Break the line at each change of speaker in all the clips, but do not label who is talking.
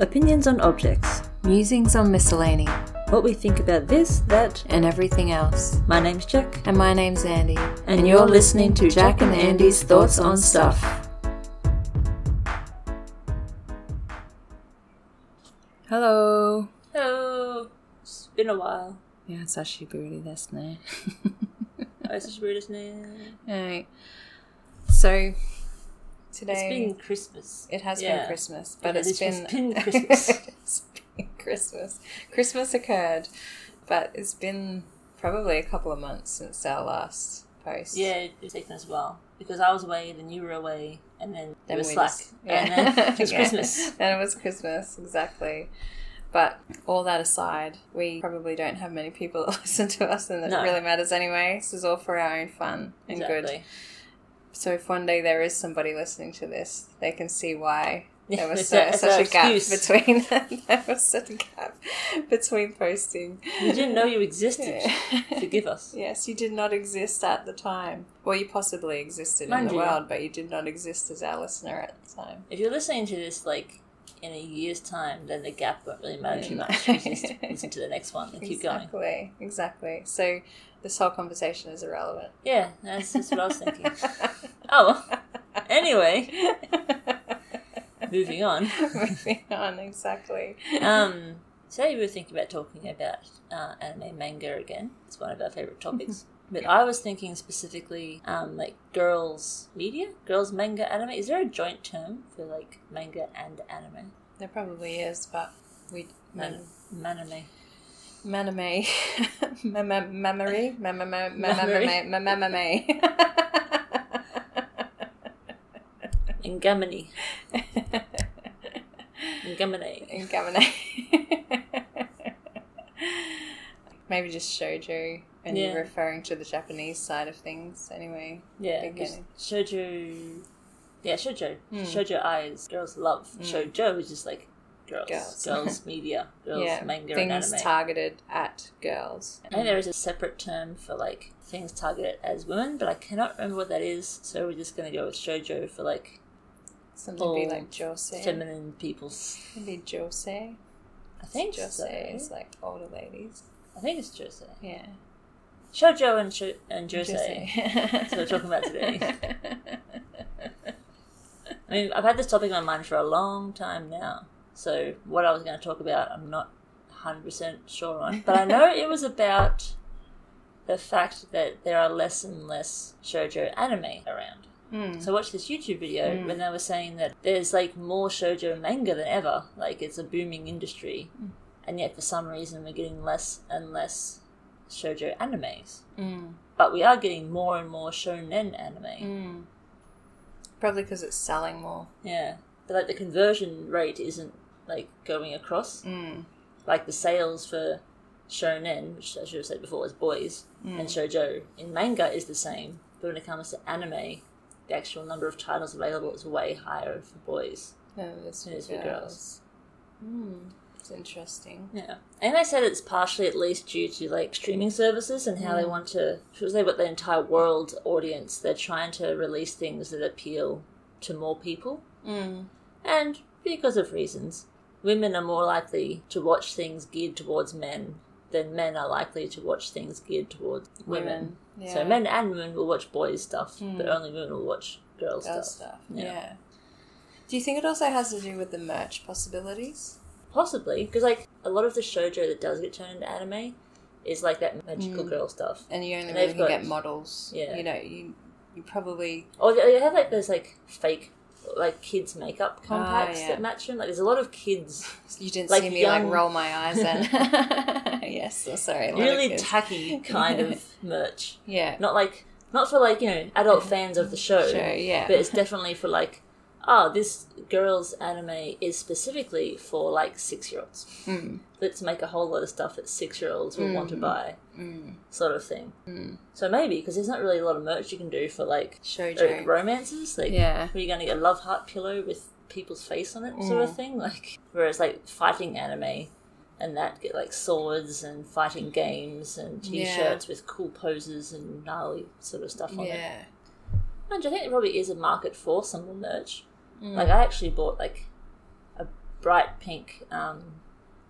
Opinions on objects.
Musings on miscellany
What we think about this, that.
and everything else.
My name's Jack.
And my name's Andy.
And you're listening to Jack and Andy's Thoughts on Stuff.
Hello.
Hello. It's been a while.
Yeah, it's actually really this now.
This Oh, is Brutus name.
Alright. So today
It's been Christmas.
It has
Yeah.
been Christmas, but
Yeah,
it's
this
been,
has been Christmas.
it's been Christmas. Christmas occurred, but it's been probably a couple of months since our last post.
Yeah, it's taken us a while. Because I was away, then you were away, and then,
Then
it was
we
slack. Oh,
just- yeah.
And then it's
Yeah.
Christmas.
Then it was Christmas, exactly. But all that aside, we probably don't have many people that listen to us, and that
No.
really matters anyway. This is all for our own fun and good.
Exactly.
So if one day there is somebody listening to this, they can see why
Yeah,
there was
it's
so,
a- it's
such
our
a gap
excuse.
between there was such a gap between posting.
We didn't know you existed.
Yeah.
Forgive us.
yes, you did not exist at the time. Well, you possibly existed in
Mind
the
you.
world, but you did not exist as our listener at the time.
If you're listening to this, like, in a year's time, then the gap won't really matter too
Mm.
much. You just listen to the next one and keep going.
exactly, exactly. So this whole conversation is irrelevant.
Yeah, that's, that's what I was thinking. Oh, well. anyway, moving on.
Moving on, exactly.
Um, so you were thinking about talking about uh, anime manga again. It's one of our favorite
Mm-hmm.
topics. But I was thinking specifically, um, like girls media, girls manga anime. Is there a joint term for like manga and anime?
There probably is, but we
Man- maname.
Maname. Memory.
Mammary. Engamine. Engamine.
Ingamine. Maybe just shoujo and
Yeah.
referring to the Japanese side of things anyway.
Yeah.
Big
just
anime.
Shoujo. Yeah, shoujo.
Hmm.
Shoujo eyes. Girls love. Shoujo is just like girls. Girls,
Girls.
media. Girls
yeah.
manga and
things
anime.
targeted at girls.
I think there is a separate term for like things targeted as women, but I cannot remember what that is. So we're just gonna go with shoujo for like
Something would be
all
like Jose.
feminine people's.
Maybe Jose.
I think
Jose
so.
is like older ladies.
I think it's jose.
Yeah.
Shoujo and sho- and jose.
That's
what we're talking about today. I mean, I've had this topic in my mind for a long time now. So what I was going to talk about, I'm not 100% sure on, but I know it was about the fact that there are less and less shoujo anime around.
Hmm.
So I watched this YouTube video
Mm.
when they were saying that there's like more shoujo manga than ever. Like it's a booming industry,
Mm.
and yet for some reason we're getting less and less shoujo animes.
Mm.
But we are getting more and more shonen anime.
Mm. Probably because it's selling more.
Yeah, but like the conversion rate isn't like going across.
Mm.
Like the sales for shonen, which I should have said before, is boys, and shojo in manga is the same. But when it comes to anime, the actual number of titles available is way higher for boys.
No, this
It is
is
for
for
girls.
girls. Mm. It's interesting.
Yeah, and they said it's partially at least due to like streaming services and how they want to. Should they what the entire world audience? They're trying to release things that appeal to more people.
Mm.
And because of reasons, women are more likely to watch things geared towards men than men are likely to watch things geared towards women.
Yeah.
So men and women will watch boys stuff,
Mm.
but only women will watch girls
Girl
stuff.
stuff.
Yeah.
Yeah. Do you think it also has to do with the merch possibilities?
Possibly, because like a lot of the shoujo that does get turned into anime is like that magical
Mm.
girl stuff.
And you only
And
really
they've
can
got-
get models.
yeah.
You know, you you probably
Or Oh, they have like those like fake like kids makeup compacts
Ah, yeah.
that match them. Like there's a lot of kids
you didn't
Like
see me
young-
like roll my eyes then. yes, I'm sorry. a lot of
really
kids.
tacky kind of merch.
yeah.
Not like not for like, you know, adult fans of the
Sure, yeah.
but it's definitely for like oh this girls anime is specifically for like six year olds
Mm.
let's make a whole lot of stuff that six year olds will want to
Mm.
buy
Mm.
sort of thing
Mm.
so maybe because there's not really a lot of merch you can do for like uh,
Shoujo.
romances like
Yeah.
where you're going to get a love heart pillow with people's face on it sort
Mm.
of thing like whereas like fighting anime and that get like swords and fighting games and
Yeah.
t-shirts with cool poses and gnarly sort of stuff on it
Yeah.
and I think there probably is a market for some merch.
Mm.
Like I actually bought like a bright pink um,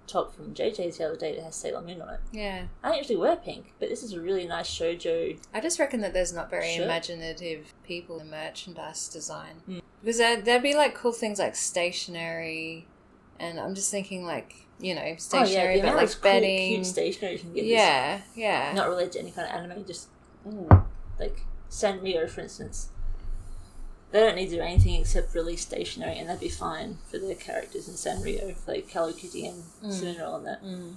top from JJ's the other day that has Sailor Moon on it.
Yeah.
I don't usually wear pink, but this is a really nice shoujo.
I just reckon that there's not very
Sure.
imaginative people in merchandise design.
Mm.
Because there'd, there'd be like cool things like stationery, and I'm just thinking like, you know, stationery,
Oh, the amount
but
of
like
cool,
bedding.
cute stationery you can get. is
yeah, yeah.
not related to any kind of anime. Just ooh, like Sanrio, for instance. They don't need to do anything except release stationery, and that'd be fine for their characters in Sanrio, like Hello Kitty and
Mm.
Cinderella and that.
Mm.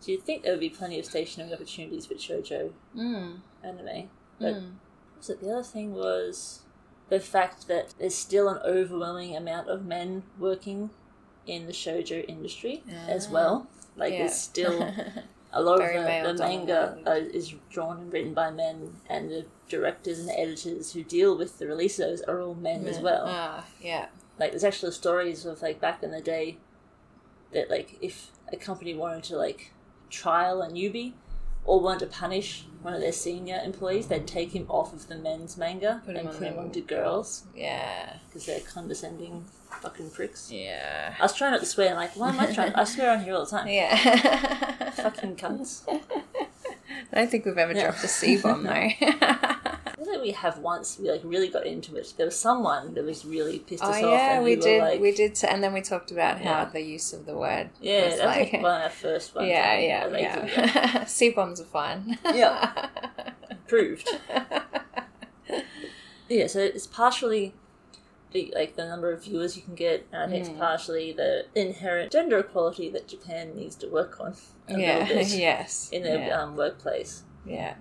So you'd think there would be plenty of stationery opportunities for shoujo
Mm.
anime. But
Mm.
was it the other thing was the fact that there's still an overwhelming amount of men working in the shoujo industry as
Ah.
well. Like
Yeah.
there's still a lot
Very
of the, the manga
male-dominated.
uh, is drawn and written by men, and the directors and editors who deal with the release of those are all men as well
Ah, yeah.
like there's actual stories of like back in the day that like if a company wanted to like trial a newbie or wanted to punish one of their senior employees, they'd take him off of the men's manga
Put him
and
on
put him
the-
onto girls
Yeah.
because they're condescending fucking pricks.
Yeah.
I was trying not to swear. Like, why am I trying? I swear on here all the time.
Yeah.
Fucking cunts.
I don't think we've ever
Yeah.
dropped a C bomb though.
I think we have once we like really got into it. There was someone that was really pissed
oh
us off.
yeah,
and
we,
were
did.
like-
we did, s- and then we talked about how
Yeah.
the use of the word.
Yeah,
was
that was
like,
like one of our first ones.
yeah,
I think,
yeah,
like,
yeah. C bombs are fine.
Yeah. Proved. Yeah, so it's partially the, like the number of viewers you can get, and I think
Mm.
it's partially the inherent gender equality that Japan needs to work on a
yeah.
little bit
yes.
in their
yeah.
um, workplace.
yeah.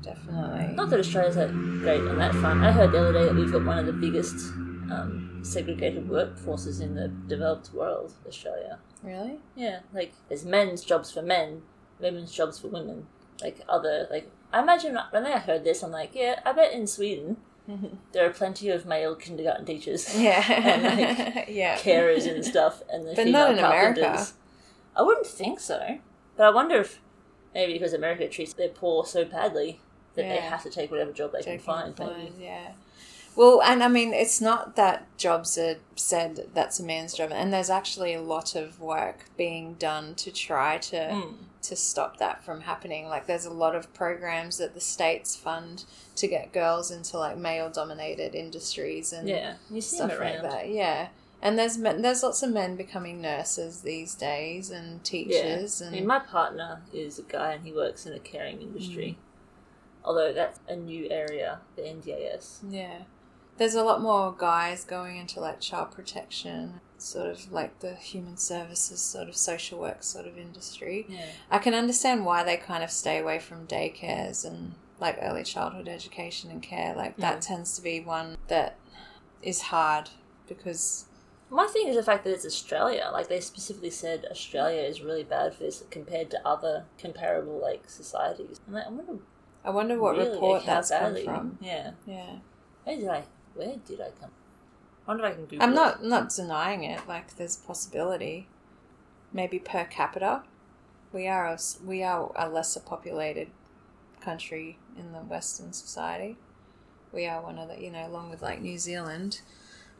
Definitely.
Not that Australia's that great on that front. I heard the other day that we've got one of the biggest um, segregated workforces in the developed world, Australia.
Really?
Yeah, like there's men's jobs for men, women's jobs for women. Like other like I imagine when I heard this, I'm like, yeah, I bet in Sweden there are plenty of male kindergarten teachers,
Yeah.
And, like,
yeah.
carers and stuff, and the
But
female
not in
carpenters.
America.
I wouldn't think so, but I wonder if maybe because America treats their poor so badly that they
Yeah.
have to take whatever job they
Joking
can find.
fine,
Maybe.
yeah. Well, and I mean, it's not that jobs are said that's a man's job, and there's actually a lot of work being done to try to
Mm.
to stop that from happening. Like, there's a lot of programs that the states fund to get girls into like male dominated industries and
Yeah, you see them
Mm. stuff like
around.
that. Yeah, and there's men, there's lots of men becoming nurses these days and teachers
I
and
mean, my partner is a guy and he works in a caring
Mm.
industry. Although that's a new area, the NDIS.
Yeah. There's a lot more guys going into like child protection, sort of like the human services, sort of social work sort of industry.
Yeah.
I can understand why they kind of stay away from daycares and like early childhood education and care. Like that
Mm.
tends to be one that is hard because,
My thing is the fact that it's Australia. Like they specifically said Australia is really bad for this compared to other comparable like societies. I'm like, I wonder
I wonder what
really,
report
like, how
that's come
badly-
from.
Yeah.
Yeah.
Where did I where did I come I wonder if I can Google
I'm
it.
not not denying it. Like there's possibility, maybe per capita, we are a, s- we are a lesser populated country in the Western society. We are one of the you know along with like New Zealand,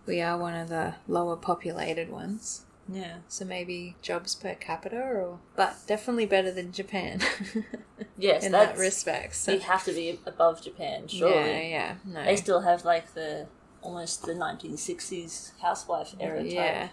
we are one of the lower populated ones.
Yeah.
So maybe jobs per capita, or but definitely better than Japan
Yes,
in
that's
that respect. So-
you have to be above Japan, surely.
yeah, yeah, no,
They still have like the almost the nineteen sixties housewife era type.
Yeah.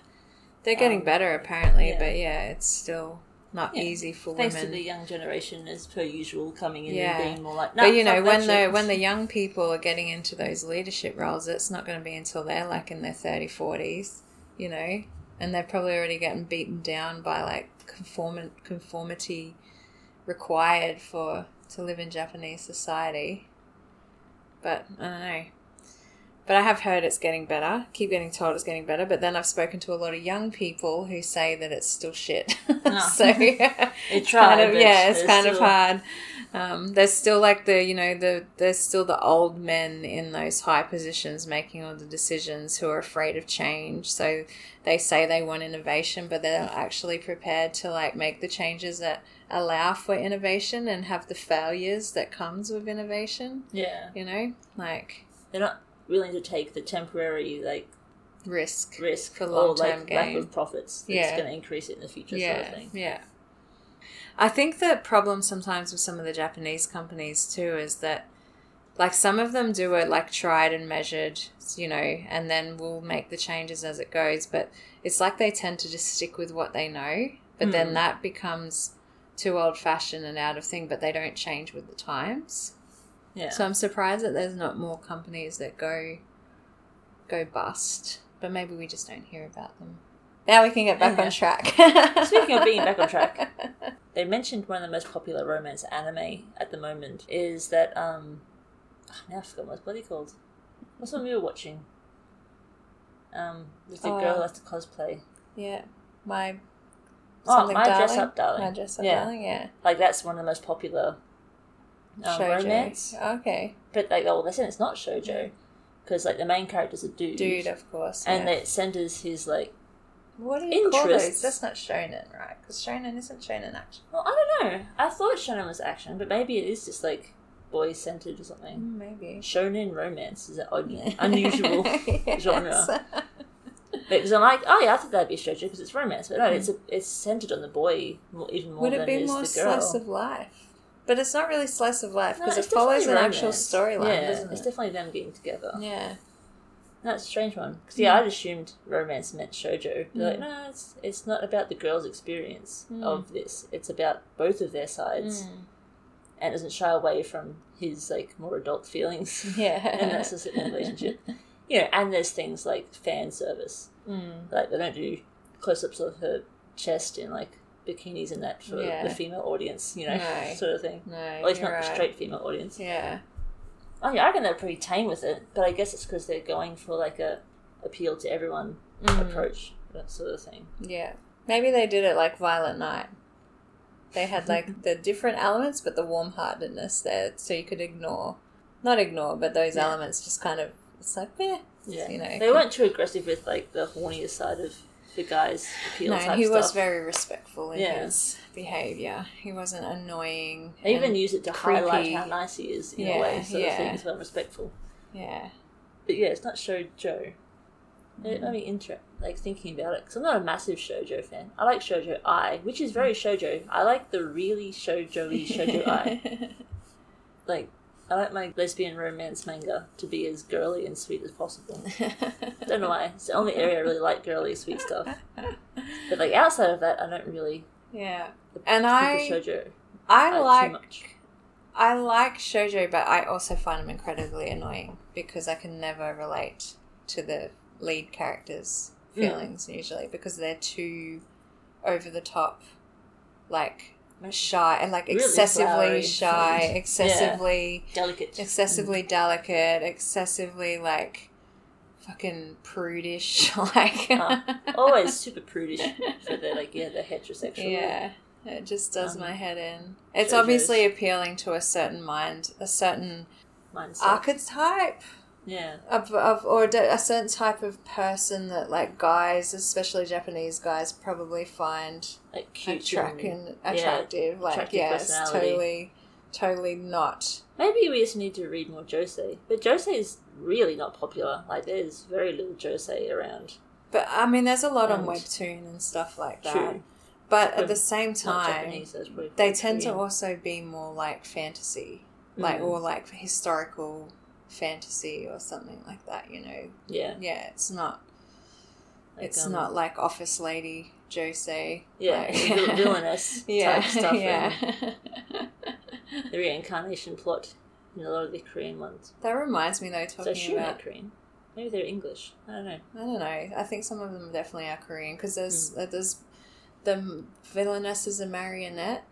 They're getting
Um,
better apparently,
yeah.
but yeah, it's still not
Yeah.
easy for
Thanks to
women.
the young generation, as per usual, coming in
Yeah.
and being more like.
but you
"Nah,
know,
fuck that
when the
shit."
when the young people are getting into those leadership roles, it's not going to be until they're like in their 30, 40s, you know, and they're probably already getting beaten down by like conform- conformity required for to live in Japanese society. But I don't know. But I have heard it's getting better. Keep getting told it's getting better. But then I've spoken to a lot of young people who say that it's still shit.
Oh.
so yeah,
They
it's
try,
kind of,
but
yeah, it's
they're
kind of
still-
hard. Um, there's still like the you know the there's still the old men in those high positions making all the decisions who are afraid of change. So they say they want innovation, but they're not actually prepared to like make the changes that allow for innovation and have the failures that comes with innovation.
yeah,
You know, like
they're not willing to take the temporary like
risk.
risk
For
or
long-term
like lack
gain.
of profits that's
Yeah.
going to increase it in the future sort
yeah,
of thing.
yeah. I think the problem sometimes with some of the Japanese companies too is that, like, some of them do it like tried and measured, you know, and then we'll make the changes as it goes. But it's like they tend to just stick with what they know, but
Hmm.
then that becomes too old fashioned and out of thing, but they don't change with the times.
Yeah.
So I'm surprised that there's not more companies that go go bust. But maybe we just don't hear about them. Now we can get back
Yeah.
on track.
Speaking of being back on track, they mentioned one of the most popular romance anime at the moment is that um ah, now I've forgotten what it's bloody called. What's the one we were watching? Um with the girl
Oh.
who has to cosplay.
Yeah. My
Oh,
something
My
darling.
Dress Up Darling.
My dress up
Yeah.
darling, yeah.
Like that's one of the most popular um,
Shoujo.
romance.
Okay.
But like oh they said it's not shoujo because like the main character's a dude.
Dude, of course.
and
yeah.
it centers his like
what do you call
interests.
those? That's not shonen, right? Because shonen isn't shonen action.
well, I don't know. I thought shonen was action, but maybe it is just like boy centered or something.
Mm, Maybe.
Shonen romance is an odd, unusual genre.
Yes.
Because I'm like, oh yeah, I thought that'd be a shoujo because it's romance, but no, it's a, it's centered on the boy more, even more
Mm. Would
than
it
it
be
is
more
the girl.
slice of life? But it's not really slice of life
No,
because
it's
it follows an
definitely
actual
romance.
storyline,
yeah,
doesn't
it's
it?
definitely them getting together.
yeah.
That's a strange one because yeah, I'd assumed romance meant shoujo. They're like,
Mm.
no, it's it's not about the girl's experience
Mm.
of this. It's about both of their sides, and doesn't shy away from his like more adult feelings.
Yeah.
and that's a certain relationship. You know, and there's things like fan service.
Mm.
Like they don't do close-ups of her chest in like bikinis and that for
Yeah.
the female audience, you know,
No.
sort of thing.
No,
At least
you're
not the
right.
straight female audience.
Yeah.
Oh yeah, I reckon they're pretty tame with it, but I guess it's because they're going for like a appeal to everyone
Mm.
approach, that sort of thing.
Yeah. Maybe they did it like Violent Night. They had like the different elements, but the warm heartedness there, so you could ignore, not ignore, but those
Yeah.
elements just kind of it's like eh,
Yeah,
you know.
they weren't too aggressive with like the hornier side of the guys' appeal
No,
type
he
stuff.
was very respectful in
Yeah.
his behavior. He wasn't annoying.
they even
and-
use it to highlight
creepy.
how nice he is in a
Yeah,
way, sort of thing
yeah.
as well, respectful.
yeah.
But yeah, it's not shoujo. It made me inter- like thinking about it because I'm not a massive shoujo fan. I like shoujo I, which is very
Mm.
shoujo. I like the really shoujo-y shoujo I. Like I like my lesbian romance manga to be as girly and sweet as possible. Don't know why. It's the only area I really like girly sweet stuff. But like outside of that, I don't really
yeah.
think
And
of
I-
shoujo
I
uh,
like
too much.
I like shoujo, but I also find them incredibly annoying because I can never relate to the lead characters'
Mm.
feelings usually because they're too over the top, like shy and like
Really
excessively
flowery. Hmm.
shy, excessively
Delicate.
excessively delicate, excessively like fucking prudish, like
Oh, Always super prudish for the like yeah the heterosexual.
yeah, it just does
Um,
my head in. It's
shoujos.
obviously appealing to a certain mind, a certain
Mindset.
archetype
yeah.
of, of or d- a certain type of person that like guys, especially Japanese guys, probably find
Like cute. and-
attracting, attractive. like
attractive
yeah, it's
personality.
totally, totally not.
Maybe we just need to read more Jose. But Jose is really not popular. Like, there's very little Jose around.
But I mean, there's a lot on
And-
webtoon and stuff like that.
True.
But
But
at the same
It's not
time,
Japanese, so it's probably
they
pretty
tend to
green.
also be more like fantasy, like
Mm.
or like historical fantasy or something like that. You know,
Yeah.
yeah, it's not.
like,
it's
um,
not like office lady Jose.
Yeah.
like-
vil- villainous
yeah,
type stuff.
yeah.
and the reincarnation plot in a lot of the Korean ones.
that reminds me though,
So I
talking
assume they're
about
Korean. Maybe they're English. I don't know.
I don't know. I think some of them definitely are Korean because there's
Mm.
uh, there's the villainess is a marionette.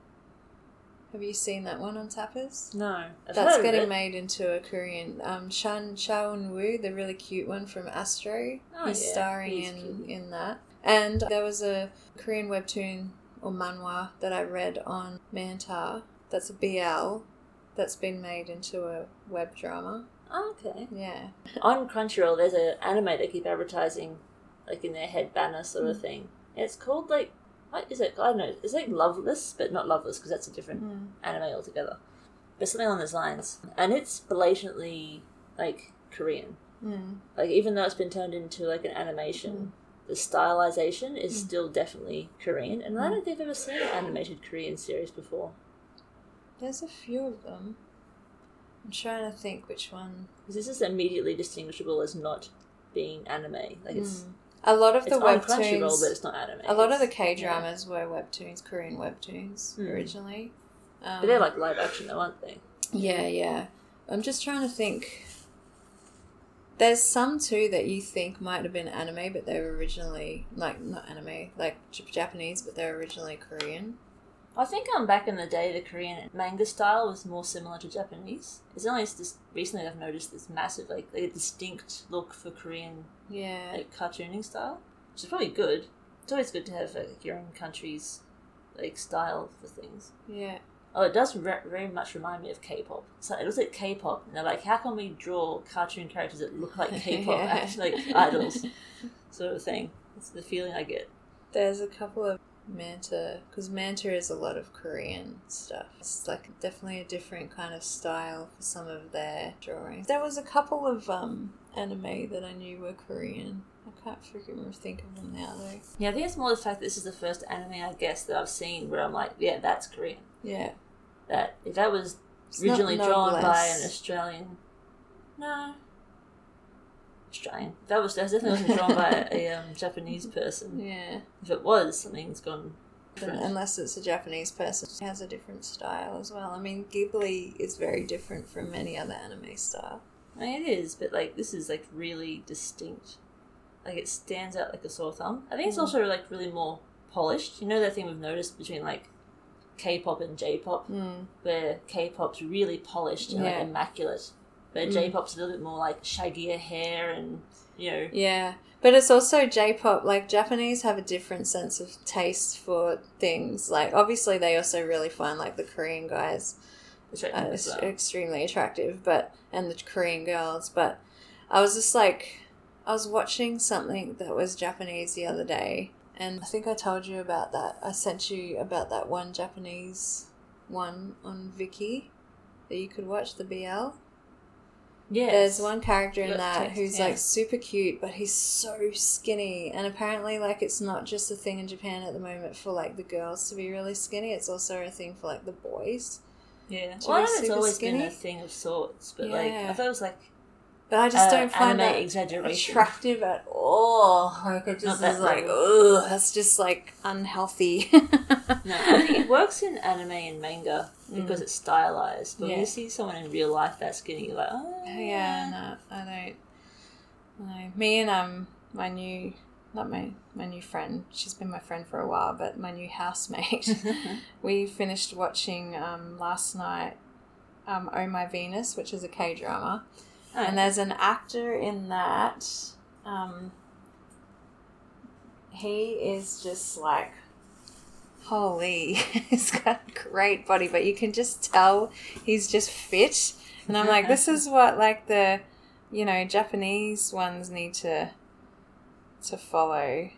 Have you seen that one on Tappers?
No. I've
That's
heard of
getting
it.
made into a Korean. Um, Shan Shaun Wu, the really cute one from Astro,
Oh,
he's
yeah.
starring
He's
in
cute.
in that. And there was a Korean webtoon or manhwa that I read on Mantar. That's a BL that's been made into a web drama.
Oh, okay.
Yeah.
On Crunchyroll, there's an anime they keep advertising, like in their head banner sort
Hmm.
of thing. It's called like, what is it? I don't know. It's like Loveless, but not Loveless because that's a different
Mm. Hmm.
anime altogether. But something along those lines, and it's blatantly like Korean.
Mm.
Like even though it's been turned into like an animation, the stylization is
Mm.
still definitely Korean, and I don't think I've ever seen an animated Korean series before.
There's a few of them. I'm trying to think which one.
'Cause this is immediately distinguishable as not being anime. Like it's
Mm. A lot of
it's
the
on Crunchyroll, but
webtoons.
it's not anime.
A lot of the
It's-
K dramas were webtoons, Korean webtoons
Mm.
originally. Um,
but they're like live action, though, aren't they?
Yeah, yeah. I'm just trying to think. There's some too that you think might have been anime, but they were originally like not anime, like J- Japanese, but they're originally Korean.
I think um, back in the day, the Korean manga style was more similar to Japanese. It's only just recently I've noticed this massive, like, a distinct look for Korean
Yeah,
like, cartooning style, which is probably good. It's always good to have like, your own country's like style for things.
yeah,
Oh, it does re- very much remind me of K-pop. So it was at K-pop, and they're like, "How can we draw cartoon characters that look like K-pop,
Yeah.
act- like idols, sort of thing?" That's the feeling I get.
There's a couple of manta because manta is a lot of Korean stuff. It's like definitely a different kind of style for some of their drawings. There was a couple of um anime that I knew were Korean. I can't freaking think of them now though.
Yeah, I think it's more the fact that this is the first anime I guess that I've seen where I'm like, "Yeah, that's Korean."
Yeah,
That if that was
It's not
originally drawn by
noblesse.
an Australian, no, Australian. That was that definitely wasn't drawn by a um, Japanese person.
Yeah.
If it was, something's gone.
But
different.
unless it's a Japanese person, it has a different style as well. I mean, Ghibli is very different from any other anime style.
I mean, it is, but like this is like really distinct. Like it stands out like a sore thumb. I think it's
Mm.
also like really more polished. You know that thing we've noticed between like K-pop and J-pop,
Mm.
where K-pop's really polished and
Yeah.
like immaculate, where
Mm.
J-pop's a little bit more like shaggier hair and you know.
Yeah, but it's also J-pop. Like Japanese have a different sense of taste for things. Like obviously, they also really find like the Korean guys
attractive
uh,
as
it's
well.
extremely attractive, but and the Korean girls. But I was just like, I was watching something that was Japanese the other day, and I think I told you about that. I sent you about that one Japanese one on Viki that you could watch the BL.
Yes.
There's one character in
Got
that
text,
who's
yeah.
like super cute, but he's so skinny. And apparently, like, it's not just a thing in Japan at the moment for like the girls to be really skinny. It's also a thing for like the boys.
Yeah.
Should
Well, I
we
know it's
super
always been
skinny?
a thing of sorts, but like I
Yeah.
thought it was like
But I just
uh,
don't find
anime
that
exaggeration.
attractive at all. Like it
Not
just
that
is like,
level.
ugh, that's just like unhealthy.
No, I think it works in anime and manga because it's stylized. But when
Mm. Yeah.
you see someone in real life that skinny, you're like, oh yeah.
yeah, no, I don't. No, me and um, my new, not my my new friend. She's been my friend for a while, but my new housemate. we finished watching um last night. Um, oh my Venus, which is a K drama. And there's an actor in that. Um, he is just like, holy, he's got a great body, but you can just tell he's just fit. And I'm like, this is what like the, you know, Japanese ones need to, to follow.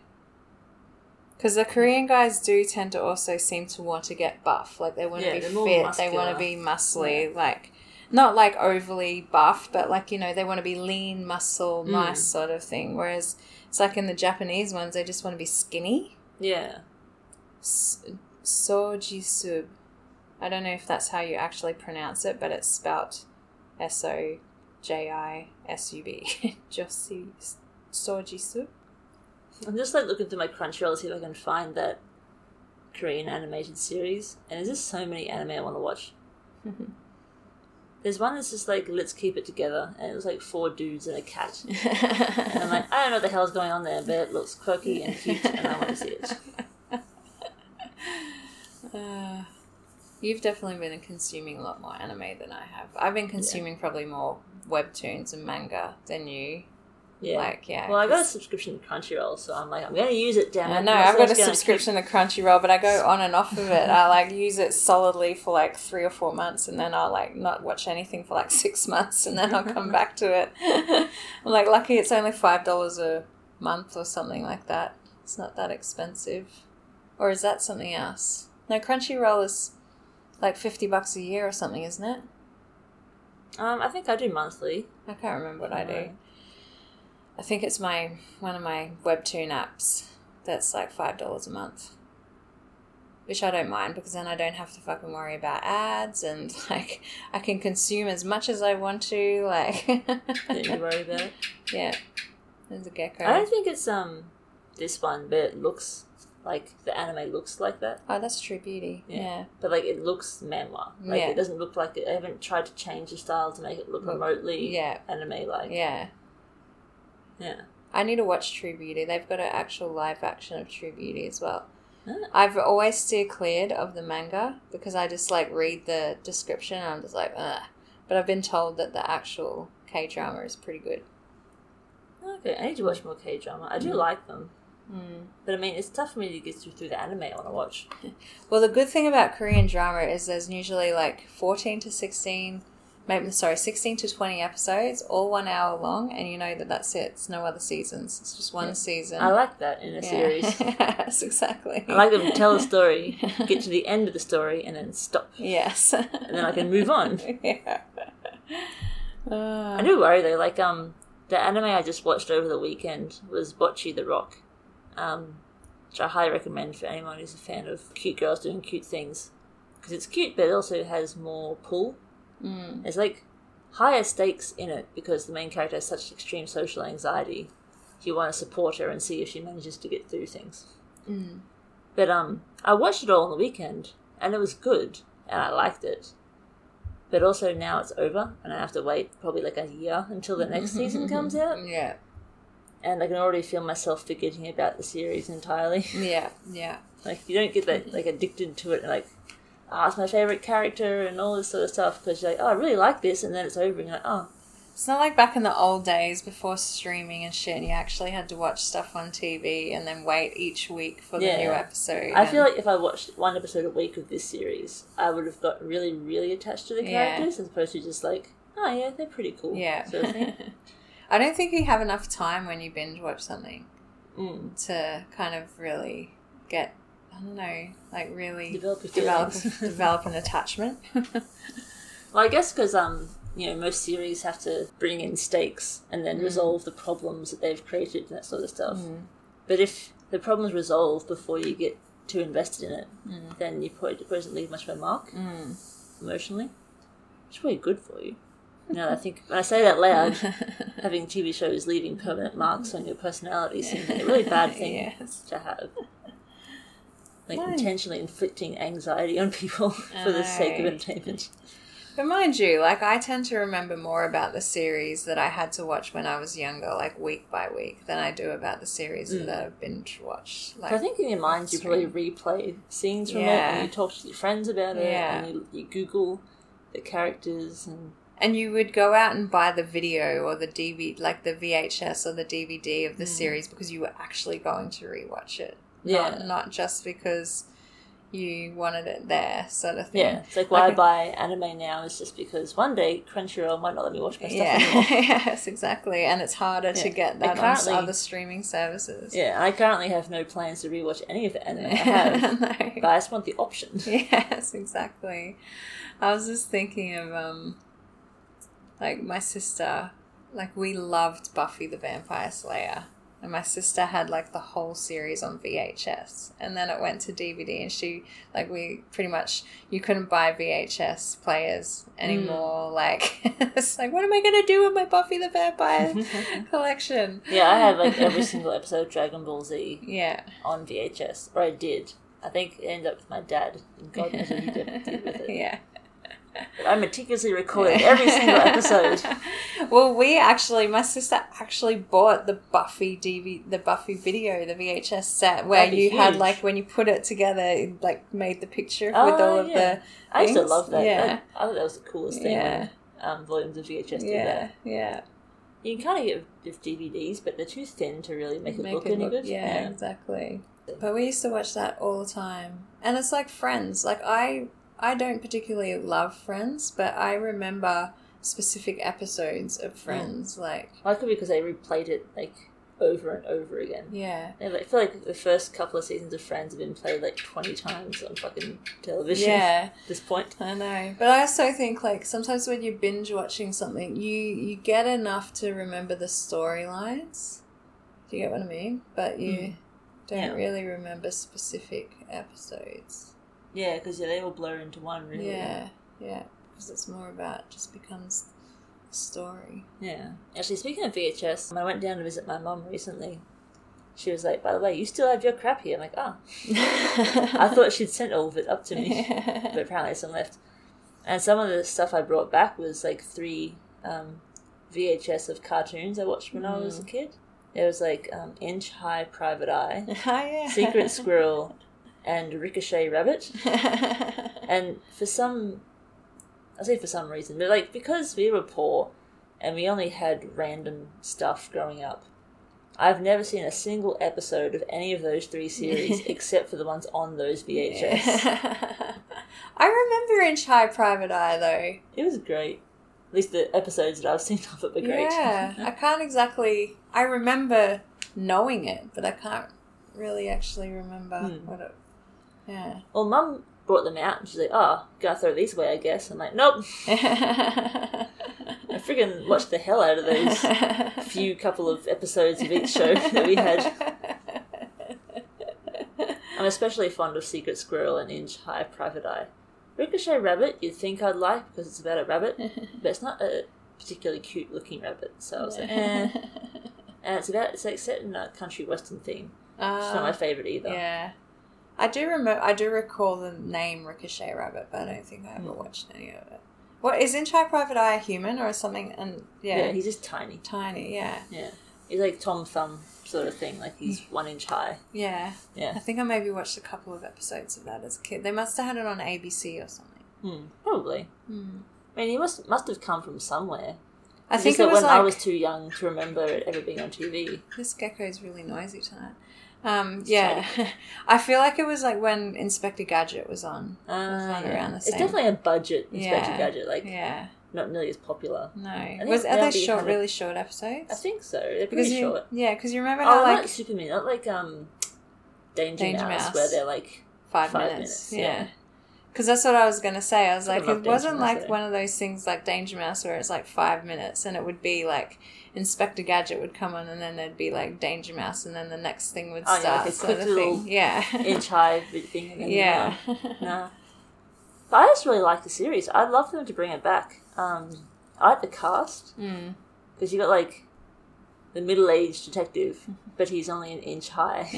Because the Korean guys do tend to also seem to want to get buff. Like they want to
Yeah,
be
they're more
fit. They want
muscular.
to be muscly. Like not like overly buff, but like you know they want to be lean, muscle,
Mm.
nice sort of thing. Whereas it's like in the Japanese ones, they just want to be skinny.
yeah.
S- Sojisub. I don't know if that's how you actually pronounce it, but it's spelt S O J I S U B. Josi Sojisub.
I'm just like looking through my Crunchyroll to see if I can find that Korean animated series. And there's just so many anime I want to watch.
Mhm.
There's one that's just like let's keep it together, and it was like four dudes and a cat. And I'm like, I don't know what the hell's going on there, but it looks quirky and cute, and I want to see it.
Uh, you've definitely been consuming a lot more anime than I have. I've been consuming probably more webtoons and manga than you.
Yeah.
Like, yeah.
well, I got a
'cause-
subscription to Crunchyroll, so I'm like, I'm going to use it. Damn it!
I know,
I'm
I've
also
got a
just gonna keep-
subscription to Crunchyroll, but I go on and off of it. I like use it solidly for like three or four months and then I'll like not watch anything for like six months and then I'll come back to it. I'm like, lucky it's only $5 a month or something like that. It's not that expensive. Or is that something else? No, Crunchyroll is like 50 bucks a year or something, isn't it?
Um, I think I do monthly.
I can't remember what I do.
Right.
I think it's my one of my webtoon apps that's like five dollars a month. Which I don't mind because then I don't have to fucking worry about ads and like I can consume as much as I want to, like
Don't you worry about it.
Yeah. There's a gecko.
I don't think it's um this one, but it looks like the anime looks like that.
Oh, that's true beauty.
Yeah.
Yeah.
But like it looks manhwa. Like
Yeah.
it doesn't look like it. I haven't tried to change the style to make it look
Look-
remotely
Yeah.
anime like.
Yeah.
Yeah.
I need to watch True Beauty. They've got an actual live action of True Beauty as well.
Ah.
I've always steer cleared of the manga because I just like read the description and I'm just like, ugh. But I've been told that the actual K drama is pretty good.
Okay, I need to watch more K drama. I do
Mm.
like them,
Mm.
but I mean it's tough for me to get through, through the anime I want to watch.
Well, the good thing about Korean drama is there's usually like 14 to 16, maybe, sorry, 16 to 20 episodes, all one hour long, and you know that that's it. It's no other seasons. It's just one
Yeah.
season.
I like that in a
Mm. Yeah.
series.
yes, exactly.
I like them to tell a story, get to the end of the story, and then stop,
Yes.
and then I can move on.
yeah. Uh,
I do worry though, like um the anime I just watched over the weekend was Bocce the Rock. Um which I highly recommend for anyone who's a fan of cute girls doing cute things. Because it's cute, but it also has more pull.
Mm,
There's like higher stakes in it because the main character has such extreme social anxiety. You want to support her and see if she manages to get through things.
mm.
But um, I watched it all on the weekend, and it was good, and I liked it. But also now it's over, and I have to wait probably like a year until the next season comes out,
Yeah.
and I can already feel myself forgetting about the series entirely.
Yeah. Yeah.
Like you don't get that like addicted to it, and like ah, it's my favorite character and all this sort of stuff because you're like, oh, I really like this, and then it's over, and you're like, oh,
It's not like back in the old days before streaming and shit, and you actually had to watch stuff on TV and then wait each week for the
Yeah.
new episode.
I feel
and-
like if I watched one episode a week of this series, I would have got really, really attached to the
Yeah.
characters as opposed to just like, oh yeah, they're pretty cool,
Yeah.
sort of thing.
I don't think you have enough time when you binge watch something
Mm.
to kind of really get, I don't know, like really
develop your
develop,
feelings.
develop an attachment.
well, I guess because um, you know, most series have to bring in stakes and then
Mm.
resolve the problems that they've created and that sort of stuff. But if the problem's resolved before you get too invested in it,
Mm.
then you probably it doesn't leave much of a mark
Mm.
emotionally. It's probably good for you. Now that I think when I say that loud, having TV shows leaving permanent marks on your personality seems like a really bad thing
Yes.
to have. Like
No.
intentionally inflicting anxiety on people for the sake of
No.
entertainment.
But mind you, like I tend to remember more about the series that I had to watch when I was younger, like week by week, than I do about the series
Mm.
that I've binge watched. Like,
I think in your mind you probably
Screen.
replay scenes from it,
Yeah.
and you talk to your friends about it,
Yeah.
and you, you Google the characters, and
and you would go out and buy the video or the DVD, like the VHS or the DVD of the
Mm.
series, because you were actually going to rewatch it.
yeah,
not, not just because you wanted it there, sort of thing.
yeah. It's like why
Okay.
I buy anime now is just because one day Crunchyroll might not let me watch my stuff
Yeah,
anymore.
yes, exactly. And it's harder to
Yeah.
get that on
Apparently-
other streaming services.
Yeah, and I currently have no plans to rewatch any of the anime I have,
No.
but I just want the option.
Yes, exactly. I was just thinking of um like my sister, like we loved Buffy the Vampire Slayer. And my sister had like the whole series on VHS. And then it went to DVD and she like we pretty much you couldn't buy VHS players
Mm.
anymore. Like it's like what am I gonna do with my Buffy the Vampire collection?
Yeah, I had like every single episode of Dragon Ball Z
Yeah.
on VHS, or I did. I think it ended up with my dad, and God knows what he did did with it.
yeah.
But I meticulously recorded every single episode.
well, we actually, my sister actually bought the Buffy DV, the Buffy video, the VHS set where
That'd be
you had
huge.
like when you put it together, it, like made the picture
Oh,
with all of
yeah.
the
I used to
things.
love that.
Yeah.
That- I thought that was the coolest thing.
yeah,
When, um, volumes of VHS did
yeah,
that.
yeah.
You can kind of get with DVDs, but they're too thin to really make it look any good.
Yeah, exactly. But we used to watch that all the time, and it's like Friends. Like I, I don't particularly love Friends, but I
Mm.
remember specific episodes of Friends, like.
Well, that could be because they replayed it like over and over again.
Yeah.
Yeah, but I feel like the first couple of seasons of Friends have been played like twenty times on fucking television.
Yeah.
at this point.
I know, but I also think like sometimes when you're binge watching something, you you get enough to remember the storylines. Do you get what I mean? But you
Mm.
don't
Yeah.
really remember specific episodes.
Yeah, because yeah, they all blur into one. Really.
Yeah, yeah, because it's more about just becomes a story.
Yeah. Actually, speaking of VHS, when I went down to visit my mum recently, she was like, "By the way, you still have your crap here." I'm like, "Oh, I
I
thought she'd sent all of it up to me, but apparently there's some left." And some of the stuff I brought back was like three um, VHS of cartoons I watched when I was a kid. It was like um, Inch High Private Eye,
Oh,
Secret Squirrel, and Ricochet Rabbit. And for some, I say for some reason, but like because we were poor and we only had random stuff growing up, I've never seen a single episode of any of those three series except for the ones on those VHS.
I remember in Shy Private Eye though.
It was great. At least the episodes that I've seen of it were great.
Yeah, I can't exactly. I remember knowing it, but I can't really actually remember
Hmm.
what it. Yeah.
well, Mum brought them out and she's like, oh, gotta throw these away, I guess. I'm like, nope. I freaking watched the hell out of those few couple of episodes of each show that we had. I'm especially fond of Secret Squirrel and Inch High Private Eye. Ricochet Rabbit, you'd think I'd like because it's about a rabbit, but it's not a particularly cute looking rabbit. So I was like, eh. And it's about, it's like set in a country western theme. It's not my
Uh,
favourite either.
yeah. I do remember. I do recall the name Ricochet Rabbit, but I don't think I ever
Hmm.
watched any of it. What is in Chai Private Eye a human or something? And yeah,
yeah, he's just tiny.
tiny. Yeah,
Yeah. He's like Tom Thumb sort of thing, like he's one inch high.
yeah. I
Yeah.
think I maybe watched a couple of episodes of that as a kid. They must have had it on ABC or something.
Hmm, probably.
Hmm.
I mean, he must must have come from somewhere.
I
It's
think
just
it
that
was
when
like
I was too young to remember it ever being on TV.
this gecko is really noisy tonight. Um, yeah, I feel like it was like when Inspector Gadget was on.
Uh,
not
yeah.
around the
It's
same.
definitely a budget Inspector
Yeah.
Gadget, like
Yeah,
not nearly as popular.
no,
think
was are
they'll
they
be
short,
hundred-
really short episodes?
I think so. They're pretty
because you,
short.
yeah, because you remember
Oh,
how
like,
like
not Superman, not like um, Danger,
Danger
Mouse,
Mouse.
where they're like,
five,
five minutes,
minutes, yeah.
yeah.
Because that's what I was gonna say. I was
I
like,
love
it
Danger
wasn't
Mouse,
like
though.
one of those things like Danger Mouse where it's like five minutes, and it would be like Inspector Gadget would come on, and then there'd be like Danger Mouse, and then the next thing would
Oh, yeah,
start.
like a
sort
quick
of
little
thing. Yeah,
inch high big thing. And then,
yeah.
uh, nah. But I just really like the series. I'd love them to bring it back. Um, I like the cast
Mm.
because you got like the middle-aged detective, but he's only an inch high,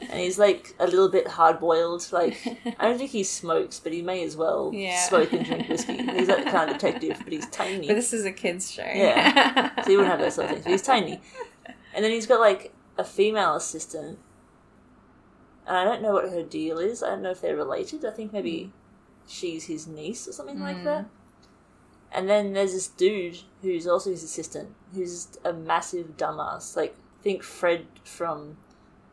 and he's like a little bit hard-boiled. Like I don't think he smokes, but he may as well
Yeah.
smoke and drink whiskey. He's that kind of detective, but he's tiny.
But this is a kids show.
Yeah. So he wouldn't have those sort of things. But he's tiny. And then he's got like a female assistant. And I don't know what her deal is. I don't know if they're related. I think maybe she's his niece or something like that. And then there's this dude who's also his assistant, who's just a massive dumbass. Like, think Fred from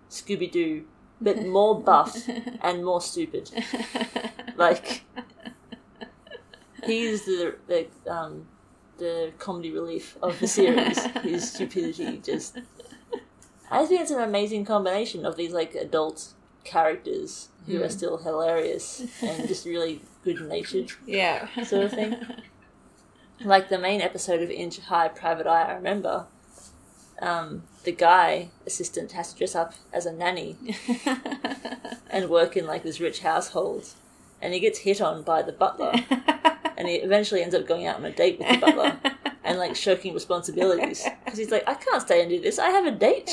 Scooby Doo, but more buff and more stupid. Like, he's the, the, um, the comedy relief of the series. His stupidity just. I think it's an amazing combination of these, like, adult characters who are still hilarious and just really good natured
yeah.
sort of thing. like the main episode of Inch High Private Eye, I remember. Um, the guy assistant has to dress up as a nanny and work in like this rich household, and he gets hit on by the butler, and he eventually ends up going out on a date with the butler and like shirking responsibilities because he's like, I can't stay and do this. I have a date.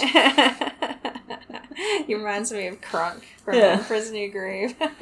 he reminds me of Kronk from
Yeah.
Prison New Groove.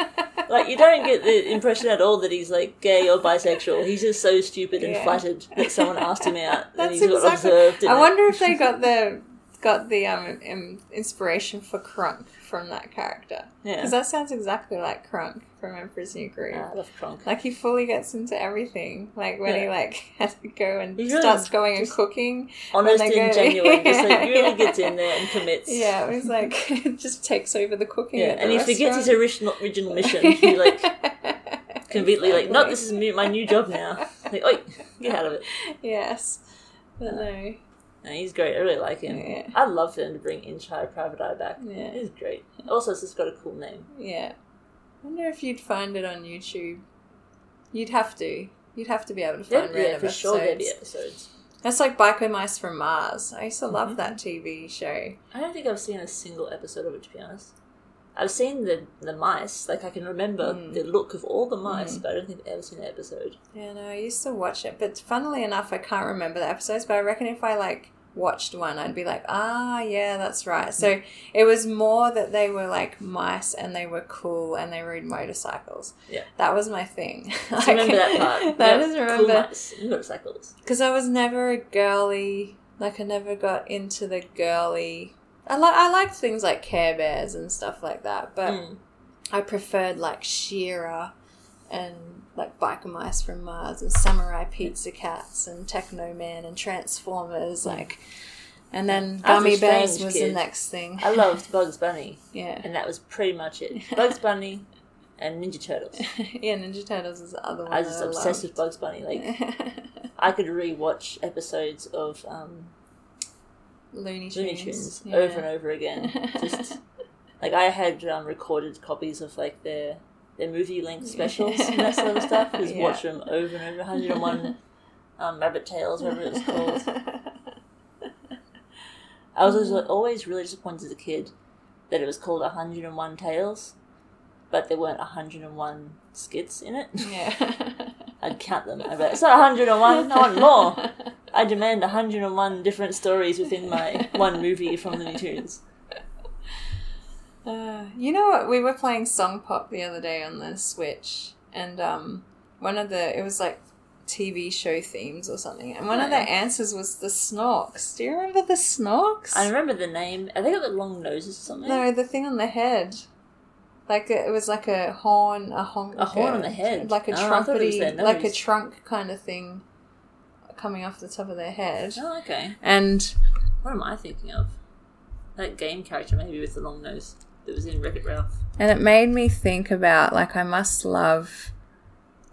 Like you don't get the impression at all that he's like gay or bisexual. He's just so stupid and
Yeah.
flattered that someone asked him out and
That's
he's got
exactly-
observed. in
I
it.
wonder if they got the got the um, um inspiration for Kronk from that character
Yeah.
because that sounds exactly like Kronk from Emperor's New Groove.
Ah, I love Kronk.
Like he fully gets into everything. Like when he
Yeah.
like has to go and
He really
starts going and
just-
cooking.
honest
when they
and
go-
genuine. Just like
Yeah,
really
yeah.
gets in there and commits.
Yeah, he's like just takes over the cooking.
Yeah,
at the
and he forgets his
restaurant.
original, original mission. He like conveniently like, no,
Exactly.
this is me- my new job now. Like, oi, get out of it.
Yes, but no.
No, he's great. I really like him.
Yeah.
I love for them to bring Inchai Private Eye back.
Yeah.
He's great. Also, it's just got a cool name.
Yeah. I wonder if you'd find it on YouTube. You'd have to. You'd have to be able to
Yeah,
find
yeah,
random
for sure there'd be
episodes.
episodes.
That's like Biker Mice from Mars. I used to love
Mhm.
that TV show.
I don't think I've seen a single episode of it, to be honest. I've seen the, the mice. Like, I can remember
Mm.
the look of all the mice,
Mm.
but I don't think I've ever seen an episode.
Yeah, no, I used to watch it, but funnily enough, I can't remember the episodes. But I reckon if I like watched one, I'd be like, ah, yeah, that's right.
Mm.
So it was more that they were like mice and they were cool and they rode motorcycles.
Yeah.
that was my thing.
I remember that part.
That
Yeah,
is
Cool
remember
mice and motorcycles.
because I was never a girly. Like I never got into the girly. I like I liked things like Care Bears and stuff like that, but.
Mm.
I preferred like Shearer and like Biker Mice from Mars and Samurai Pizza Cats and Techno Man and Transformers, like, and then
I was Hmm. a
Gummy Bears
strange
was the
kid.
next thing.
I loved Bugs Bunny,
Yeah,
and that was pretty much it. Bugs Bunny and Ninja Turtles.
yeah, Ninja Turtles is the other one.
I was just
that
obsessed with
loved.
Bugs Bunny. Like, I could rewatch episodes of um,
Looney Tunes,
Looney Tunes over and over again. Just like I had um, recorded copies of like their their movie length specials and that sort of stuff. Just
Yeah.
watch them over and over. 101 um, Rabbit Tales, whatever it's called. I was always, always really disappointed as a kid that it was called 101 Tales, but there weren't 101 skits in it.
yeah.
I'd count them. I'd be like, it's not 101, I want more. I demand 101 different stories within my one movie from Looney Tunes.
Uh, you know what? We were playing Song Pop the other day on the Switch, and um, one of the it was like TV show themes or something, and one of the
Yeah.
answers was the Snorks. Do you remember the Snorks?
I remember the name. I think it was Long Noses or something.
no, the thing on the head. Like it was like a horn, a honk,
A horn on the head?
like a
Oh, I thought it was
trumpety,
their
like a
nose.
trunk kind of thing, coming off the top of their head.
Oh, okay.
And
What am I thinking of? That game character maybe with the long nose that was in Wreck It Ralph.
And it made me think about like I must love